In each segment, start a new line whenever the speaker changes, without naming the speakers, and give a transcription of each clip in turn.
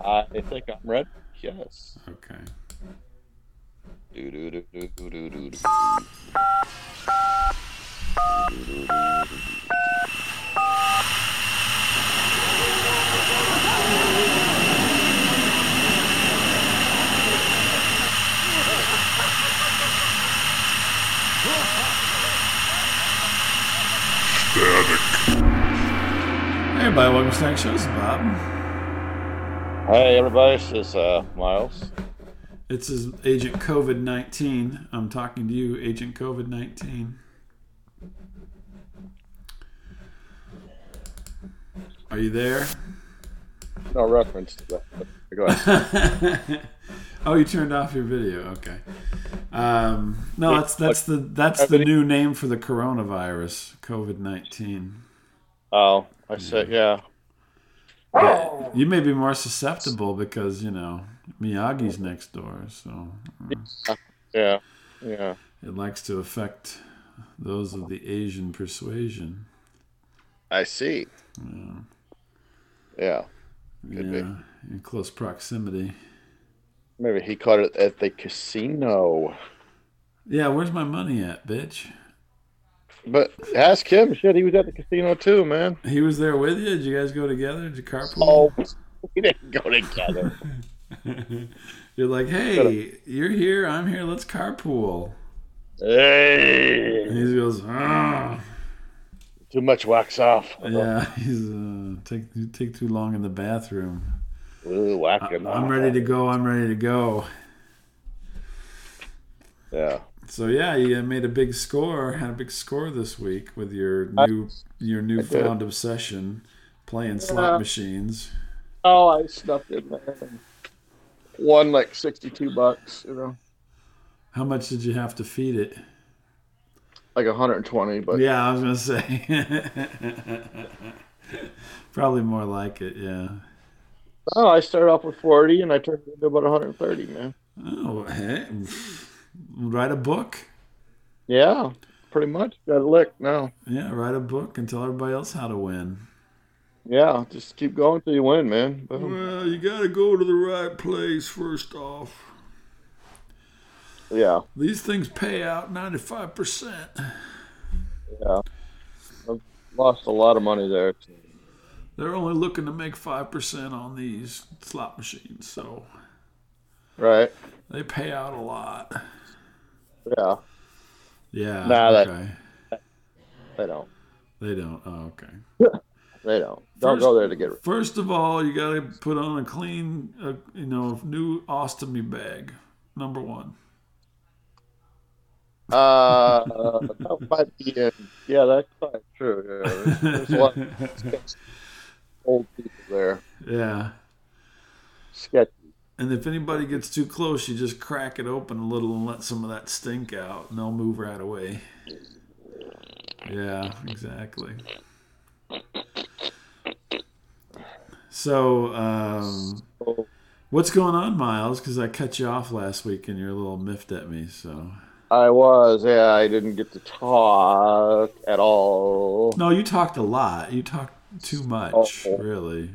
I think I'm ready. Yes.
Okay.
Do, do, do, do, do, do, do, do.
Hey everybody, welcome to Snack Shows, Bob.
Hey, everybody. This is uh, Miles.
It's his Agent COVID nineteen. I'm talking to you, Agent COVID nineteen. Are you there?
No reference to that. but Go ahead.
oh, you turned off your video. Okay. Um, no, that's that's the that's the new name for the coronavirus, COVID nineteen.
Oh, I said, yeah.
You may be more susceptible because you know Miyagi's next door, so
Yeah. Yeah.
it likes to affect those of the Asian persuasion.
I see. Yeah. Could be.
yeah, in close proximity.
Maybe he caught it at the casino.
Yeah, where's my money at, bitch?
But ask him. Shit, he was at the casino too, man.
He was there with you. Did you guys go together? Did you carpool?
Oh, we didn't go together.
You're like, hey, you're here. I'm here. Let's carpool.
hey,
And he goes, "Ah."
too much wax off.
yeah. He's uh, take you take too long in the bathroom.
Ooh, whacking
I'm ready to go. I'm ready to go.
Yeah.
So yeah, you made a big score. Had a big score this week with your new your newfound obsession, playing slot
Yeah.
machines.
Oh, I snuck in there. and Won like sixty-two bucks, you know,
How much did you have to feed it?
like hundred and twenty. But
Yeah, I was gonna say. Probably more like it, yeah.
oh, I started off with forty, and I turned it into about one hundred and thirty, man.
Oh, hey, write a book.
Yeah, pretty much. Got licked now.
Yeah, write a book and tell everybody else how to win.
Yeah, just keep going till you win, man. Boom.
Well, you gotta go to the right place first off.
Yeah,
These things pay out ninety five percent.
yeah. I've lost a lot of money there.
They're only looking to make five percent on these slot machines, so
Right?
they pay out a lot.
Yeah,
Yeah.
Nah, that-
okay.
they don't.
They don't. Oh, okay.
They don't. Don't
First-
go there to get.
First of all, you got to put on a clean, uh, you know, new ostomy bag. Number one.
Uh, that might be in. Yeah, that's probably true. Yeah, there's, there's a lot of sketch- old people there.
yeah.
Sketchy.
And if anybody gets too close, you just crack it open a little and let some of that stink out, and they'll move right away. Yeah, exactly. So, um,
Oh,
what's going on, Miles? Because I cut you off last week, and you're a little miffed at me. So,
I was. Yeah, I didn't get to talk at all.
no, you talked a lot. You talked too much,
Oh.
really.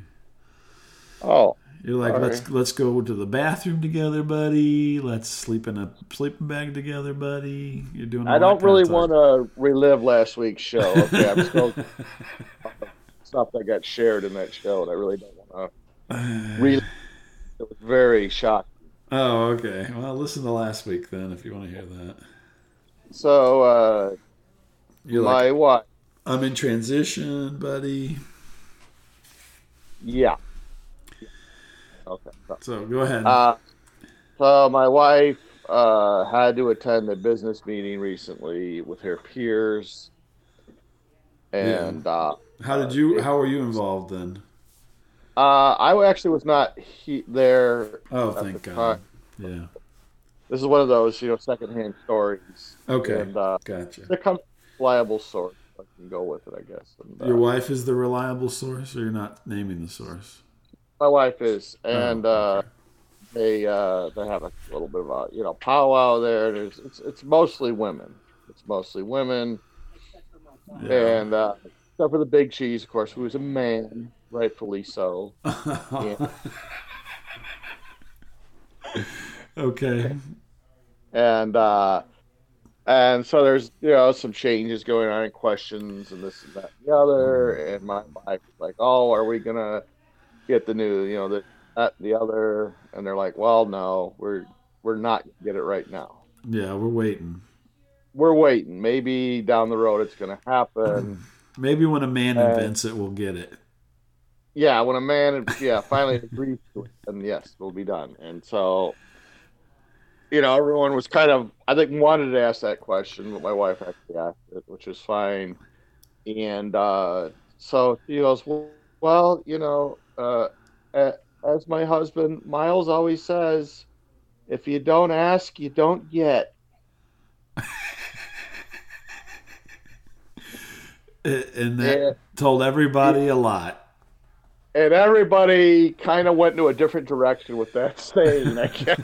Oh,
You're like,
Sorry.
let's let's go to the bathroom together, buddy. Let's sleep in a sleeping bag together, buddy. You're doing.
I don't really want to relive last week's show. Okay, I'm still stuff that got shared in that show, and I really don't want to. Re- it was very shocking.
Oh, okay. Well, listen to last week then, if you want to hear that.
So, uh,
You're like,
my wife.
I'm in transition, buddy.
Yeah. Okay. so-
So go ahead.
Uh, so my wife uh, had to attend a business meeting recently with her peers, and uh,
how did you? How were you involved then?
uh, I actually was not he- there.
Oh,
at
thank
the
God.
time.
Yeah.
This is one of those, you know, secondhand stories.
Okay.
And uh,
Gotcha.
there comes a reliable source. I can go with it, I guess. And, uh,
Your wife is the reliable source, or you're not naming the source.
my wife is, and
Oh,
uh, they uh, they have a little bit of a you know powwow there. There's it's it's mostly women. It's mostly women,
Yeah.
and uh, except for the big cheese, of course, who is a man, rightfully so.
Okay.
and uh, and so there's you know some changes going on and questions and this and that and the other and my wife was like oh are we gonna get the new you know the that the other and they're like well no we're we're not gonna get it right now
Yeah, we're waiting.
we're waiting maybe down the road it's gonna happen
Maybe when a man
Uh,
invents it, we'll get it.
yeah when a man yeah finally agrees to it then yes we'll be done and so you know everyone was kind of i think wanted to ask that question but my wife actually asked it which is fine and uh so she goes well you know uh a- as my husband miles always says if you don't ask you don't get
A- And that
Yeah.
told everybody a lot.
and everybody kind of went into a different direction with that saying. I guess.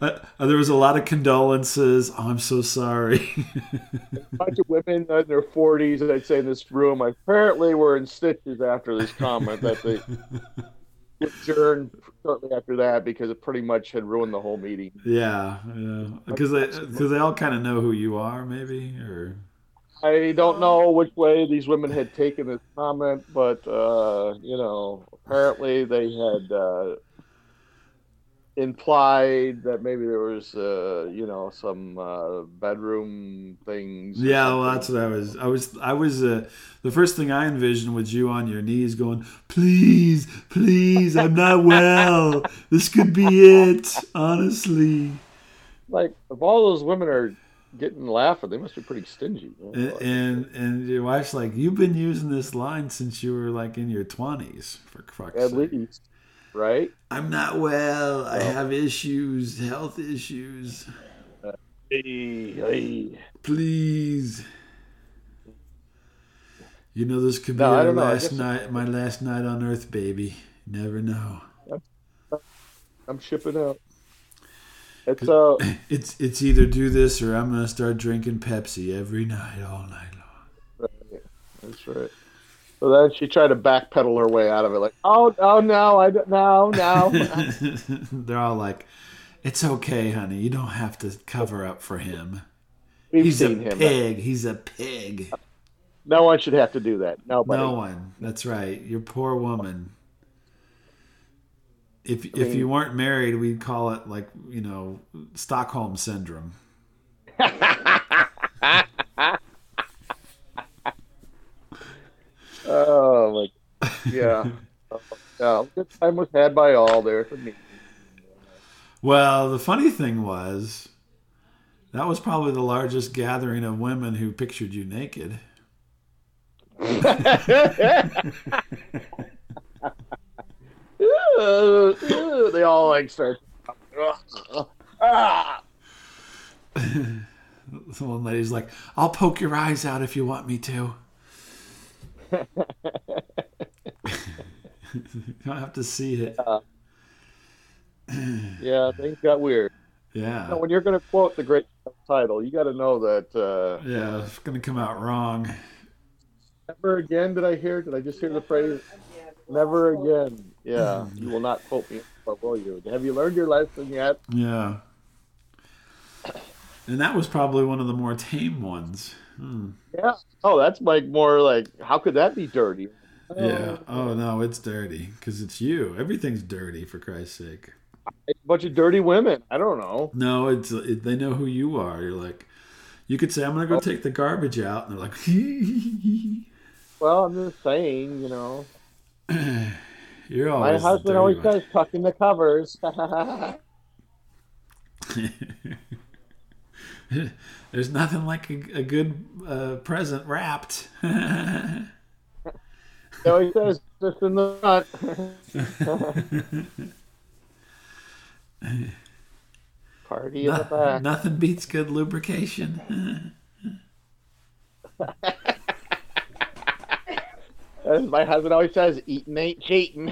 Uh, there was a lot of condolences. Oh, I'm so sorry.
a bunch of women in their forties, I'd say, in this room, apparently were in stitches after this comment that they adjourned shortly after that because it pretty much had ruined the whole meeting.
yeah, yeah. Because they, cause they all kind of know who you are, maybe? Or
I don't know which way these women had taken this comment, but uh, you know, apparently they had uh, implied that maybe there was, uh, you know, some uh, bedroom things. or
Yeah, well,
something.
that's what I was. I was. I was. Uh, the first thing I envisioned was you on your knees, going, "Please, please, I'm not well. This could be it. Honestly."
like if all those women are getting laughing, they must be pretty stingy. you know?
And and, and your wife's like, "You've been using this line since you were like in your twenties, for fuck's
At
sake."
least, right?
I'm not well. I
Well.
have issues, health issues. Please. You know, this could be
No, I
our
don't know. I
last
guess-
night, my last night on Earth, baby. Never know.
I'm shipping out. It's uh,
It's it's either do this or I'm gonna start drinking Pepsi every night, all night long.
that's right. So then she tried to backpedal her way out of it, like, oh, oh no, I don't, no, no.
They're all like, "It's okay, honey. You don't have to cover up for him.
We've
He's a
seen him.
pig. He's a pig.
No one should have to do that. Nobody.
No one. That's right. Your poor woman. If if you weren't married, we'd call it like you know Stockholm syndrome.
Oh, my. Yeah. No, good time was had by all there for me.
Well, the funny thing was, that was probably the largest gathering of women who pictured you naked.
Ew, ew, they all like start. Ah.
The one lady's like, I'll poke your eyes out if you want me to. you don't have to see it.
Yeah, things got weird.
Yeah.
Now, when you're going to quote the great title, you got to know that uh,
Yeah, it's going to come out wrong.
never again did I hear. Did I just hear the phrase? Never again. Yeah, you will not quote me, but will you? Have you learned your lesson yet?
Yeah. And that was probably one of the more tame ones. Hmm.
Yeah. Oh, that's like more like how could that be dirty?
Yeah. Oh, no, it's dirty because it's you. Everything's dirty, for Christ's sake.
It's a bunch of dirty women. I don't know.
No, it's it, they know who you are. You're like, you could say, I'm gonna go take the garbage out, and they're like,
Well, I'm just saying, you know.
you're
My
always. the
husband
dirty
always
one."
says, tuck in the covers.
There's nothing like a, a good uh, present wrapped.
He always says, just in the front. Party in the back.
Nothing beats good lubrication.
As my husband always says, eating ain't cheating.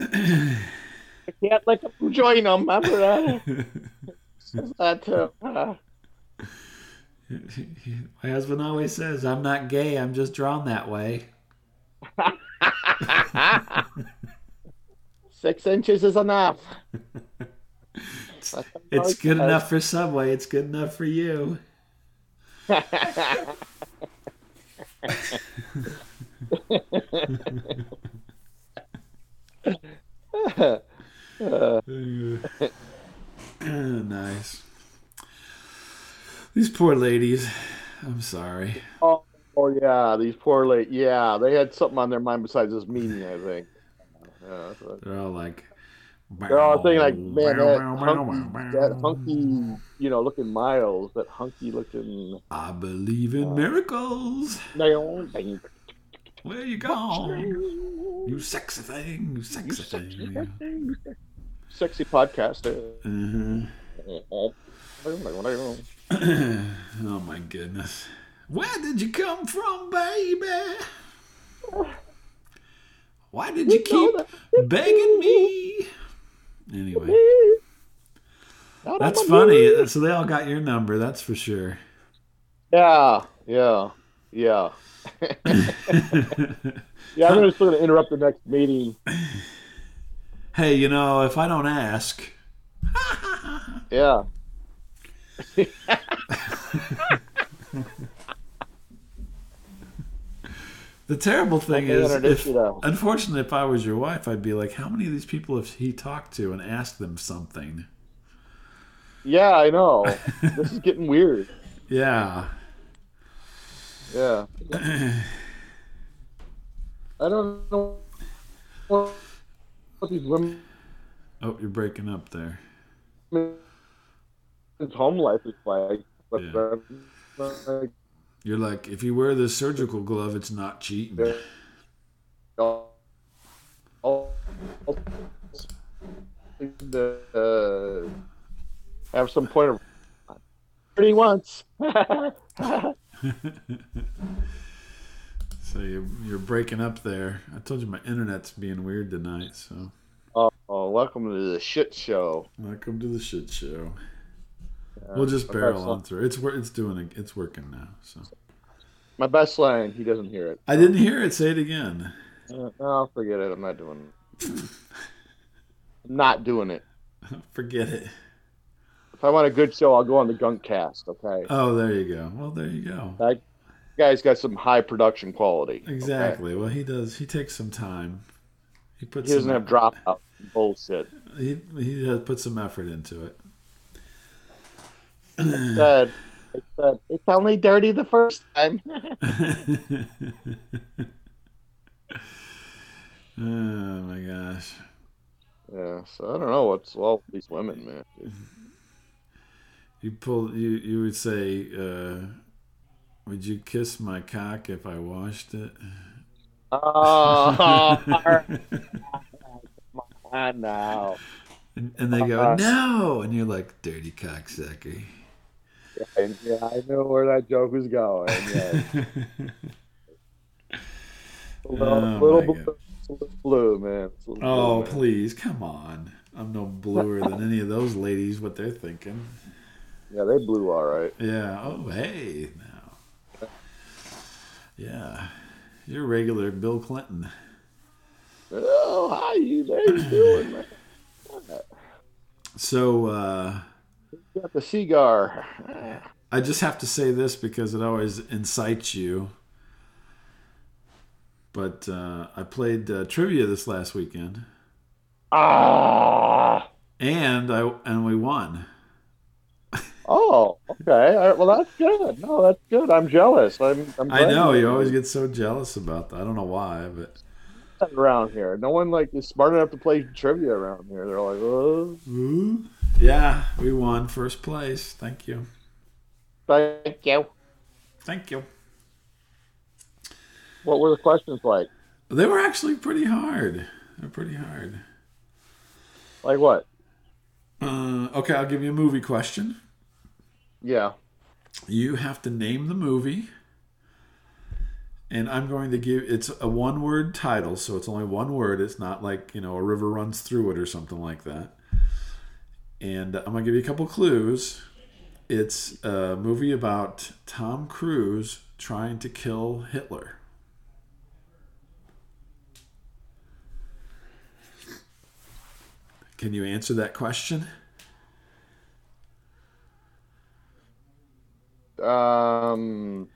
Can't let them join them. Remember that? Says that too. Uh,
My husband always says, I'm not gay, I'm just drawn that way.
uh, Six inches is enough.
It's,
Oh,
it's good enough for Subway, it's good enough for you. Uh, nice. These poor ladies. I'm sorry.
Oh, oh yeah, these poor late. Yeah, they had something on their mind besides this meeting. I think. Yeah, so
They're all like.
they're all thinking like, man, that hunky, that hunky, you know, looking Miles, that hunky looking
I believe
Uh,
in miracles.
Naomi.
Where you going? Oh. You sexy thing. You sexy thing.
Sexy podcaster.
Uh-huh.
Where
oh my goodness. Where did you come from, baby? Why did you keep begging me? Anyway, that's funny. So they all got your number, that's for sure.
Yeah, yeah, yeah. Yeah, I'm just going to interrupt the next meeting.
hey, you know, if I don't ask,
Yeah.
the terrible thing
Okay,
is,
introduce
if-
you to-
unfortunately, if I was your wife, I'd be like, how many of these people have he talked to and asked them something?
Yeah, I know. this is getting weird.
Yeah. Oh,
Yeah. I don't know what these women's
Oh, you're breaking up there.
home life is like, but
Yeah.
uh,
You're like, if you wear this surgical glove, it's not cheating.
Yeah. all, all, all- the, uh, have some point of pretty once. Oh,
So you're, you're breaking up there. I told you my internet's being weird tonight. So
oh, oh, welcome to the shit show.
welcome to the shit show. We'll just barrel
excellent.
on through. It's wor- it's doing it's working now. So
My best line, he doesn't hear it.
I didn't hear it. Say it again.
Uh, no, forget it. I'm not doing it. I'm not doing it.
Forget it.
If I want a good show, I'll go on the Gunk Cast. Okay,
Oh, there you go. Well, there you go.
that guy's got some high production quality. okay?
Exactly. Well, he does. He takes some time. He puts.
He doesn't
some,
have dropout bullshit.
He he has put some effort into it.
Said, it said, it's only dirty the first time.
Oh my gosh.
yeah, so I don't know what's all with these women, man.
You pull. You you would say, uh, "Would you kiss my cock if I washed it?"
Oh, come on now.
And, and they go, "No," and you're like, "Dirty cocksucker."
And, yeah, I know where that joke was going. Yeah. A little,
Oh,
little,
my
blue,
God.
it's a little blue, man. It's a little
Oh,
blue, man.
please, come on. I'm no bluer than any of those ladies, what they're thinking.
Yeah, they blew all right.
Yeah. Oh, hey, now. Yeah. You're regular Bill Clinton.
Oh, how you there you doing, man?
So, uh,
You got the cigar.
I just have to say this because it always incites you. But uh, I played uh, trivia this last weekend,
Ah.
and I and we won.
Oh, okay. All right, well, that's good. No, that's good. I'm jealous. I'm. I'm
I
glad
know you always get so jealous about that. I don't know why, but
that around here. No one like is smart enough to play trivia around here. They're like, oh,
Ooh. yeah, we won first place. Thank you.
thank you.
Thank you.
What were the questions like?
They were actually pretty hard. They're pretty hard.
Like what?
Uh, okay, I'll give you a movie question.
Yeah.
You have to name the movie, and I'm going to give it's a one word title, so it's only one word. It's not like you know a river runs through it or something like that. And I'm gonna give you a couple clues, It's a movie about Tom Cruise trying to kill Hitler. Can you answer that question?
Um,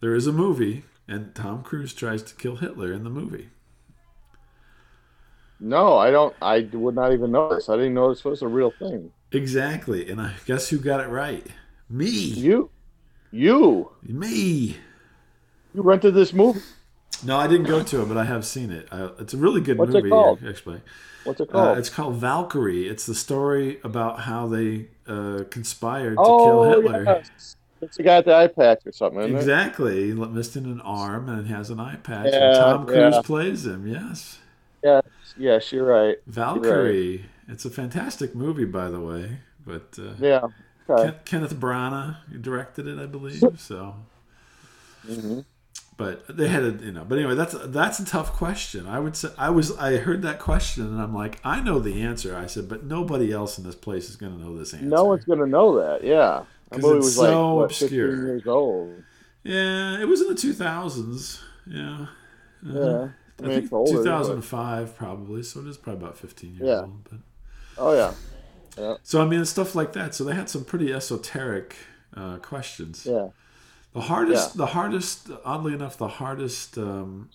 There is a movie, and Tom Cruise tries to kill Hitler in the movie.
no, I don't. I would not even know this. I didn't know this was a real thing.
Exactly. And I guess who got it right? Me.
You, you,
Me.
you rented this movie.
No, I didn't go to it, but I have seen it. I, it's a really good
What's it
movie,
called?
actually.
What's it
Uh,
called?
it's called Valkyrie. It's the story about how they uh, conspired to
oh,
kill Hitler.
yes. It's the guy at the eye patch or something. Isn't it?
Exactly. He missing an arm and has an eye patch. and
Yeah,
Tom Cruise
yeah.
plays him. Yes.
Yes, yes, you're right.
Valkyrie. It's a fantastic movie, by the way. But uh,
Yeah. Okay.
Ken- Kenneth Branagh directed it, I believe. So,
Mhm.
but they had a you know. But anyway, that's that's a tough question. I would say I was I heard that question and I'm like I know the answer. I said, but nobody else in this place is going to know this answer.
No one's gonna know that. Yeah,
'Cause
that movie
it's
was like
so
what, 15
obscure.
years old.
Yeah, it was in the 2000s. Yeah.
Yeah,
Uh-huh.
I
I
mean
think
it's older. but-
2005 probably, so it is probably about 15 years
Yeah.
old. But
Oh yeah,
so I mean, it's stuff like that. So they had some pretty esoteric uh, questions.
yeah.
The hardest, the hardest, oddly enough, the hardest um,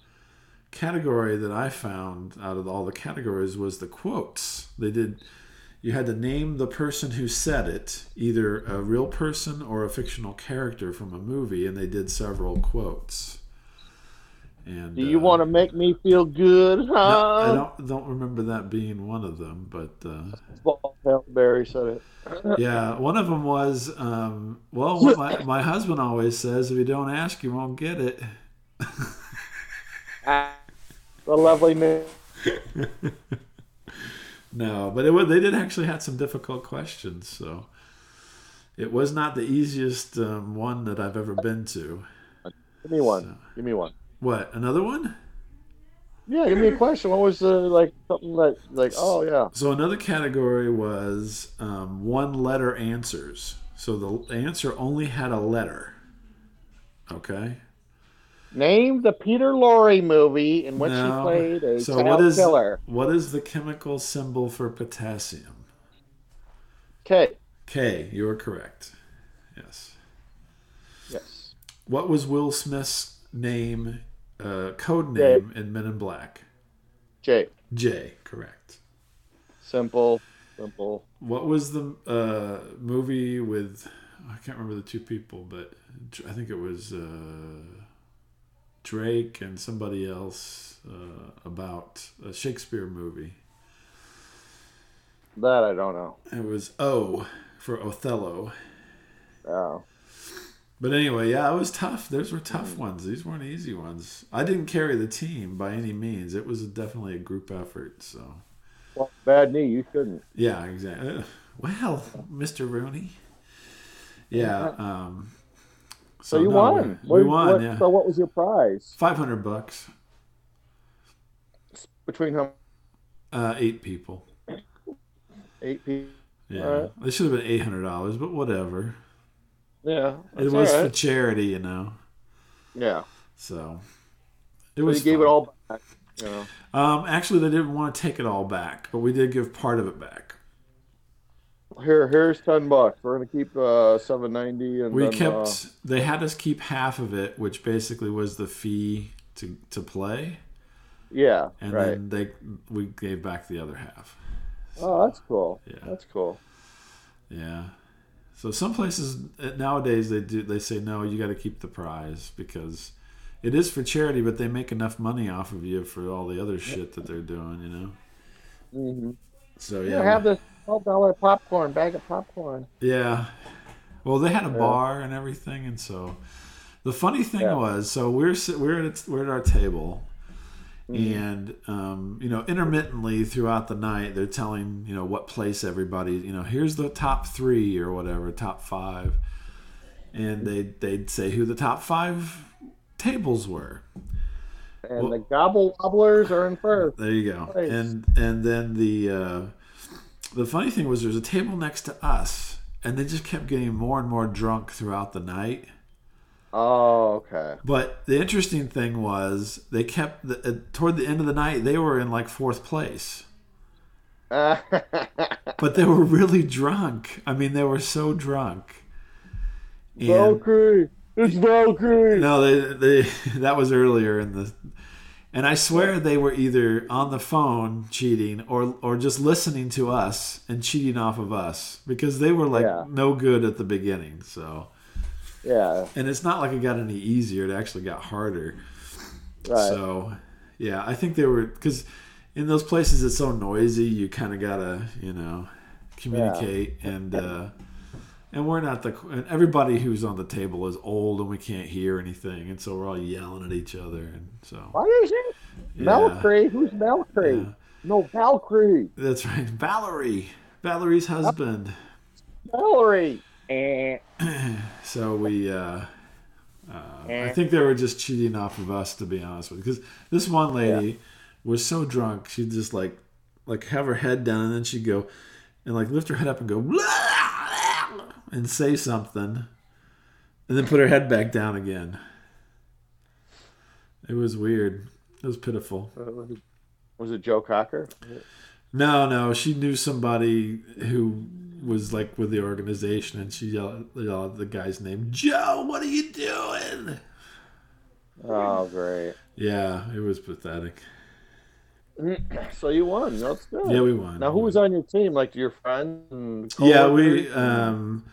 category that I found out of all the categories was the quotes. They did. You had to name the person who said it, either a real person or a fictional character from a movie, and they did several quotes. And uh,
Do you want to make me feel good,
I
huh?
don't don't remember that being one of them, but uh,
Paul Barry said it.
yeah, one of them was, um, well, what my, my husband always says, if you don't ask, you won't get it.
The lovely name.
No, but it was, they did actually had some difficult questions, so it was not the easiest um, one that I've ever been to.
Give me one. Give me one.
What another one?
Yeah, give me a question. What was the like something like like oh yeah
So another category was um, one letter answers. So the answer only had a letter. Okay.
name the Peter Lorre movie in which
No.
he played a
so
child
what is
killer.
what is the chemical symbol for potassium?
Okay.
K. You are correct. Yes.
Yes.
What was Will Smith's name, uh, code name in Men in Black?
Jay.
J. Correct.
Simple. Simple.
What was the uh, movie with? I can't remember the two people, but I think it was uh, Drake and somebody else uh, about a Shakespeare movie.
That I don't know.
It was O for Othello.
Oh.
But anyway, yeah, it was tough. Those were tough ones. These weren't easy ones. I didn't carry the team by any means. It was definitely a group effort. So
Well, bad knee. You shouldn't.
yeah, exactly. Well, Mr. Rooney. Yeah. Um,
So, you
no,
won.
We, we
What-
won.
what-
yeah.
So what was your prize
Five hundred bucks.
between how
Uh, eight people.
eight people?
Yeah.
All right.
It should have been eight hundred dollars, but whatever.
Yeah.
it
that's
was
all
for
right.
charity, you know.
Yeah.
So it
We
was.
gave it
fun.
all back. You know.
Um, actually, they didn't want to take it all back, but we did give part of it back.
Here, here's ten bucks. We're gonna keep uh, seven ninety, and
We
then,
kept.
uh,
they had us keep half of it, which basically was the fee to to play,
yeah,
and
right.
then they we gave back the other half.
oh, that's cool.
Yeah.
That's cool.
Yeah. So some places uh, nowadays they do they say no, you got to keep the prize because it is for charity, but they make enough money off of you for all the other shit that they're doing, you know.
hmm
So
Yeah,
yeah,
have this twelve dollar popcorn bag of popcorn.
yeah. Well, they had a bar and everything, and so the funny thing
Yeah.
was, so we're sit- we're at we're at our table, and um, you know intermittently throughout the night they're telling you know what place everybody you know here's the top three or whatever top five and they they'd say who the top five tables were
And the gobble wobblers are in first.
there you go
Nice.
and and then the uh, the funny thing was there's a table next to us and they just kept getting more and more drunk throughout the night.
Oh, okay.
But the interesting thing was they kept the, uh, toward the end of the night they were in like fourth place, but they were really drunk. I mean, they were so drunk. And-
Valkyrie, it's Valkyrie.
No, they, they that was earlier in the and I swear they were either on the phone cheating or or just listening to us and cheating off of us because they were like
Yeah.
no good at the beginning. So
Yeah,
and it's not like it got any easier, it actually got harder.
right.
So yeah, I think they were cuz in those places it's so noisy, you kind of got to, you know, communicate and uh and we're not the and everybody who's on the table is old and we can't hear anything and so we're all yelling at each other and so
Why is it Valkyrie? Who's Valkyrie?
Yeah.
No, Valkyrie.
That's right. Valerie. Valerie's husband.
Valerie.
Uh,
Eh.
So we uh uh,
eh.
I think they were just cheating off of us, to be honest with you. Because this one lady was so drunk, she'd just like, like have her head down, and then she'd go, and like lift her head up and go, and say something, and then put her head back down again. It was weird. It was pitiful.
Was it Joe Cocker?
No, no, she knew somebody who was like with the organization, and she yelled, yelled at the guy's name, Joe. What are you doing?
Oh, great.
Yeah, it was pathetic.
So you won. That's good.
Yeah, we won.
Now, who was on your team? Like your friend? And
Yeah, we
coworkers,
um,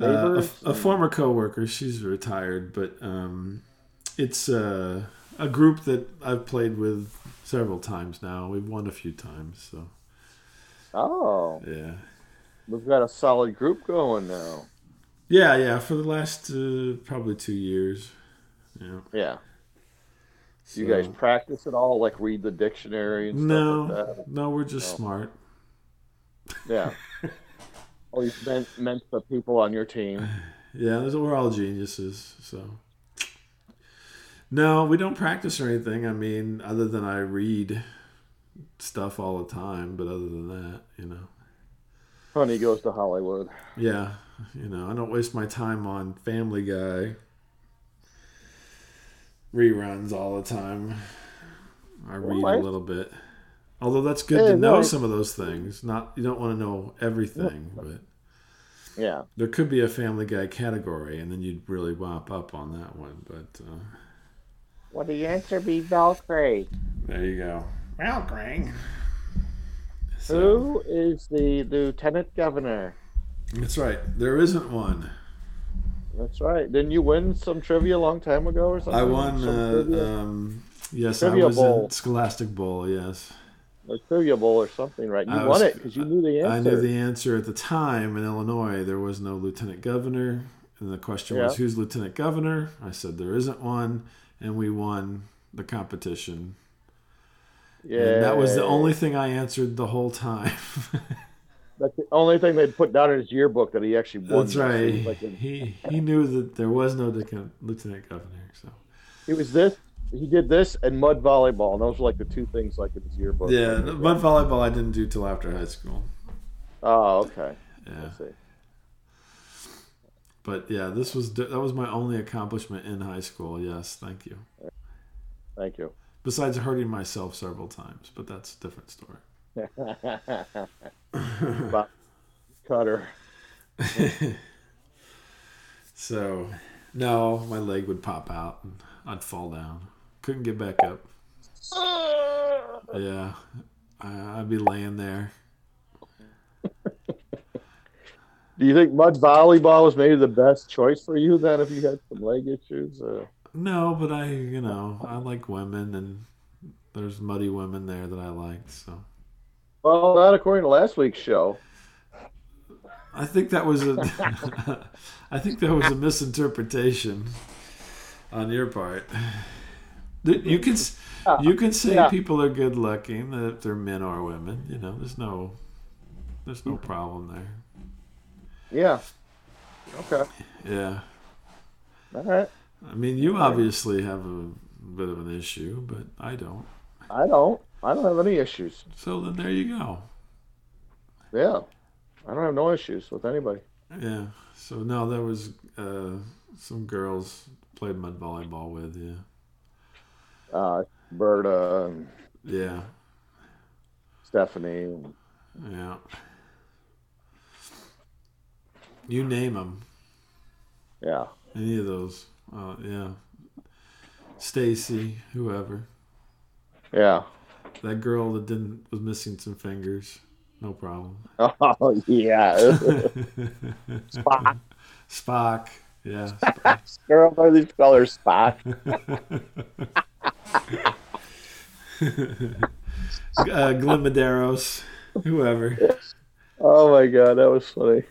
uh, a,
neighbors?
a former coworker. She's retired, but um, it's uh, a group that I've played with several times now. We've won a few times, so
oh,
yeah.
we've got a solid group going now.
Yeah, yeah, for the last uh, probably two years. Yeah.
Yeah. Do you
So-
guys practice at all? Like read the dictionary and stuff like
No,
that?
no, we're just
No.
smart.
Yeah. Oh, you meant, meant the people on your team.
Yeah, those- we're all geniuses. So, no, we don't practice or anything. I mean, other than I read stuff all the time. But other than that, you know,
Honey goes to Hollywood.
yeah, you know, I don't waste my time on Family Guy reruns all the time. I read
Alright.
a little bit. Although that's good
Yeah,
to know
no.
some of those things. Not you don't want to know everything, but
Yeah.
There could be a Family Guy category, and then you'd really wop up on that one. But uh,
Would the answer be Valkyrie?
there you go. Well, Greg. So,
Who is the lieutenant governor?
that's right. There isn't one.
That's right. Didn't you win some trivia a long time ago or something?
I won.
Some
Uh,
trivia,
um, yes,
Trivia
I was
Bowl.
in Scholastic Bowl. Yes,
or trivia bowl or something, right? You
uh, I
won
was-
it because you knew the answer.
I knew the answer at the time. In Illinois, there was no lieutenant governor, and the question was,
Yeah.
"Who's lieutenant governor?" I said, "There isn't one," and we won the competition.
yeah,
And that was the only thing I answered the whole time.
That's the only thing they'd put down in his yearbook that he actually won.
That's
It
right.
was like a-
he he knew that there was no deco- lieutenant governor. So
it was this. He did this and mud volleyball, and those were like the two things like in his yearbook.
yeah, the mud volleyball I didn't do till after high school.
Oh, okay. I
Yeah,
see.
but yeah, this was that was my only accomplishment in high school. Yes, thank you.
Thank you.
Besides hurting myself several times, but that's a different story.
Cutter.
So no, my leg would pop out and I'd fall down. Couldn't get back up. Yeah, I, I'd be laying there.
Do you think mud volleyball was maybe the best choice for you then, if you had some leg issues? Uh,
No, but I, you know, I like women, and there's muddy women there that I liked. So
well, not according to last week's show.
I think that was a, I think that was a misinterpretation on your part. That You can, s- you can say
Yeah.
people are good looking if they're men or women. You know, there's no, there's no problem there.
Yeah. Okay.
Yeah,
All right.
I mean, you obviously have a bit of an issue, but I don't.
I don't. I don't have any issues.
So then there you go.
Yeah. I don't have no issues with anybody.
Yeah. So no, there was uh, some girls played mud volleyball with. Yeah.
Uh, Berta and
Yeah.
Stephanie. and-
Yeah. You name them.
yeah.
Any of those. Uh, yeah. Stacy, whoever.
Yeah.
That girl that didn't was missing some fingers. No problem.
Oh, yeah. Spock.
Spock. Yeah.
Girl, why do they call her Spock?
uh, Glimaderos. Whoever.
Oh, my God. That was funny.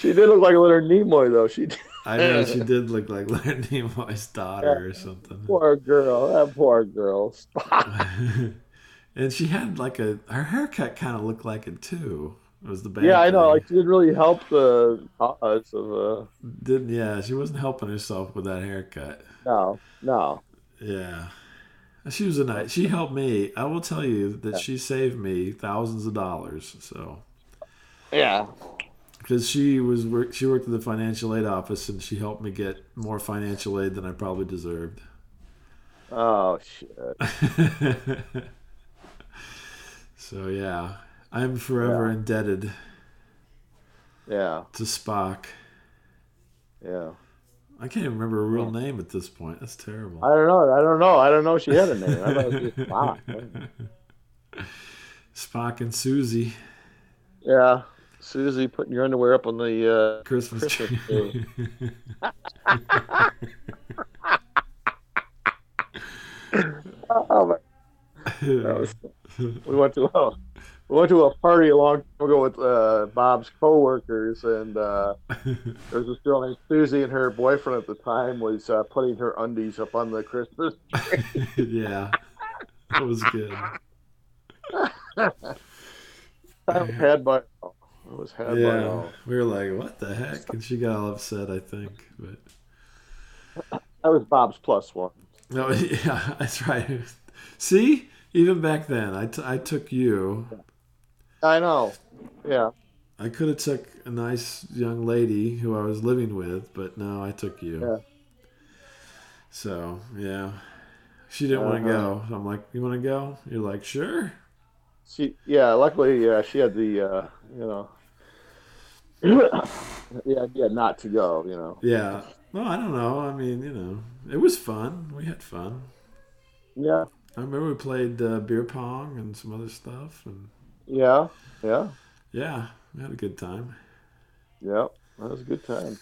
She did look like a little Nimoy, though. She did.
I know she did look like Leonard Nimoy's daughter or something.
Poor girl. That poor girl. Spock.
and she had like a her haircut kind of looked like it too. It was the bad
Yeah, I know.
thing.
Like, she didn't really help the cause of, uh,
Didn't yeah, she wasn't helping herself with that haircut.
no, no.
Yeah. She was a nice. She helped me. I will tell you that she saved me thousands of dollars. So,
Yeah.
because she was work, she worked at the financial aid office and she helped me get more financial aid than I probably deserved.
Oh, shit.
so yeah, I'm forever indebted
Yeah.
to Spock.
Yeah.
I can't even remember her real name at this point. That's terrible.
I don't know. I don't know. I don't know. if She had a name. I thought it was just Spock.
Spock and Susie,
Yeah. Susie putting your underwear up on the uh,
Christmas
Christmas
tree.
tree. Oh, my- that was- we went to a, we went to a party a long time ago with uh, Bob's coworkers, and uh, there was this girl named Susie, and her boyfriend at the time was uh, putting her undies up on the Christmas.
yeah, that was good.
I was had by all. I was oh. had by
Yeah,
all.
we were like, "What the heck?" And she got all upset, I think. But
That was Bob's plus one.
no, yeah, that's right. See, even back then, I, t- I took you.
I know. Yeah.
I could have took a nice young lady who I was living with, but no, I took you.
Yeah.
So yeah, she didn't want to
Uh-huh.
go. I'm like, "You want to go?" You're like, "Sure."
She, yeah, luckily, yeah, she had the, uh, you know, yeah, yeah, not to go, you know.
Yeah. Well, I don't know. I mean, you know, it was fun. We had fun.
Yeah,
I remember we played uh, beer pong and some other stuff, and
yeah, yeah,
yeah, we had a good time.
yeah. That was a good time.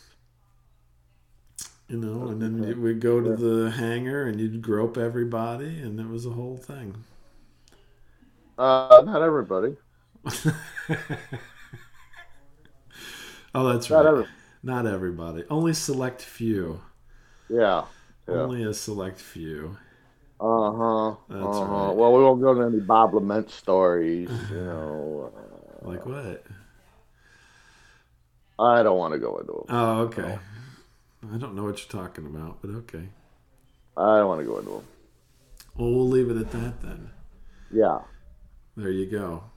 You know, and then you- we'd go to the hangar and you'd grope everybody, and it was a whole thing.
Uh, not everybody.
Oh, that's right.
Not
Not,
every.
everybody. Only select few.
Yeah. Yeah.
Only a select few.
Uh huh. Uh
That's
huh.
right.
Well, we won't go into any Bob Lament stories. You know,
Like what?
uh, I don't want to go into them.
Oh, okay.
Oh.
I don't know what you're talking about, but okay.
I don't want to go into them.
Well, we'll leave it at that then.
Yeah.
There you go.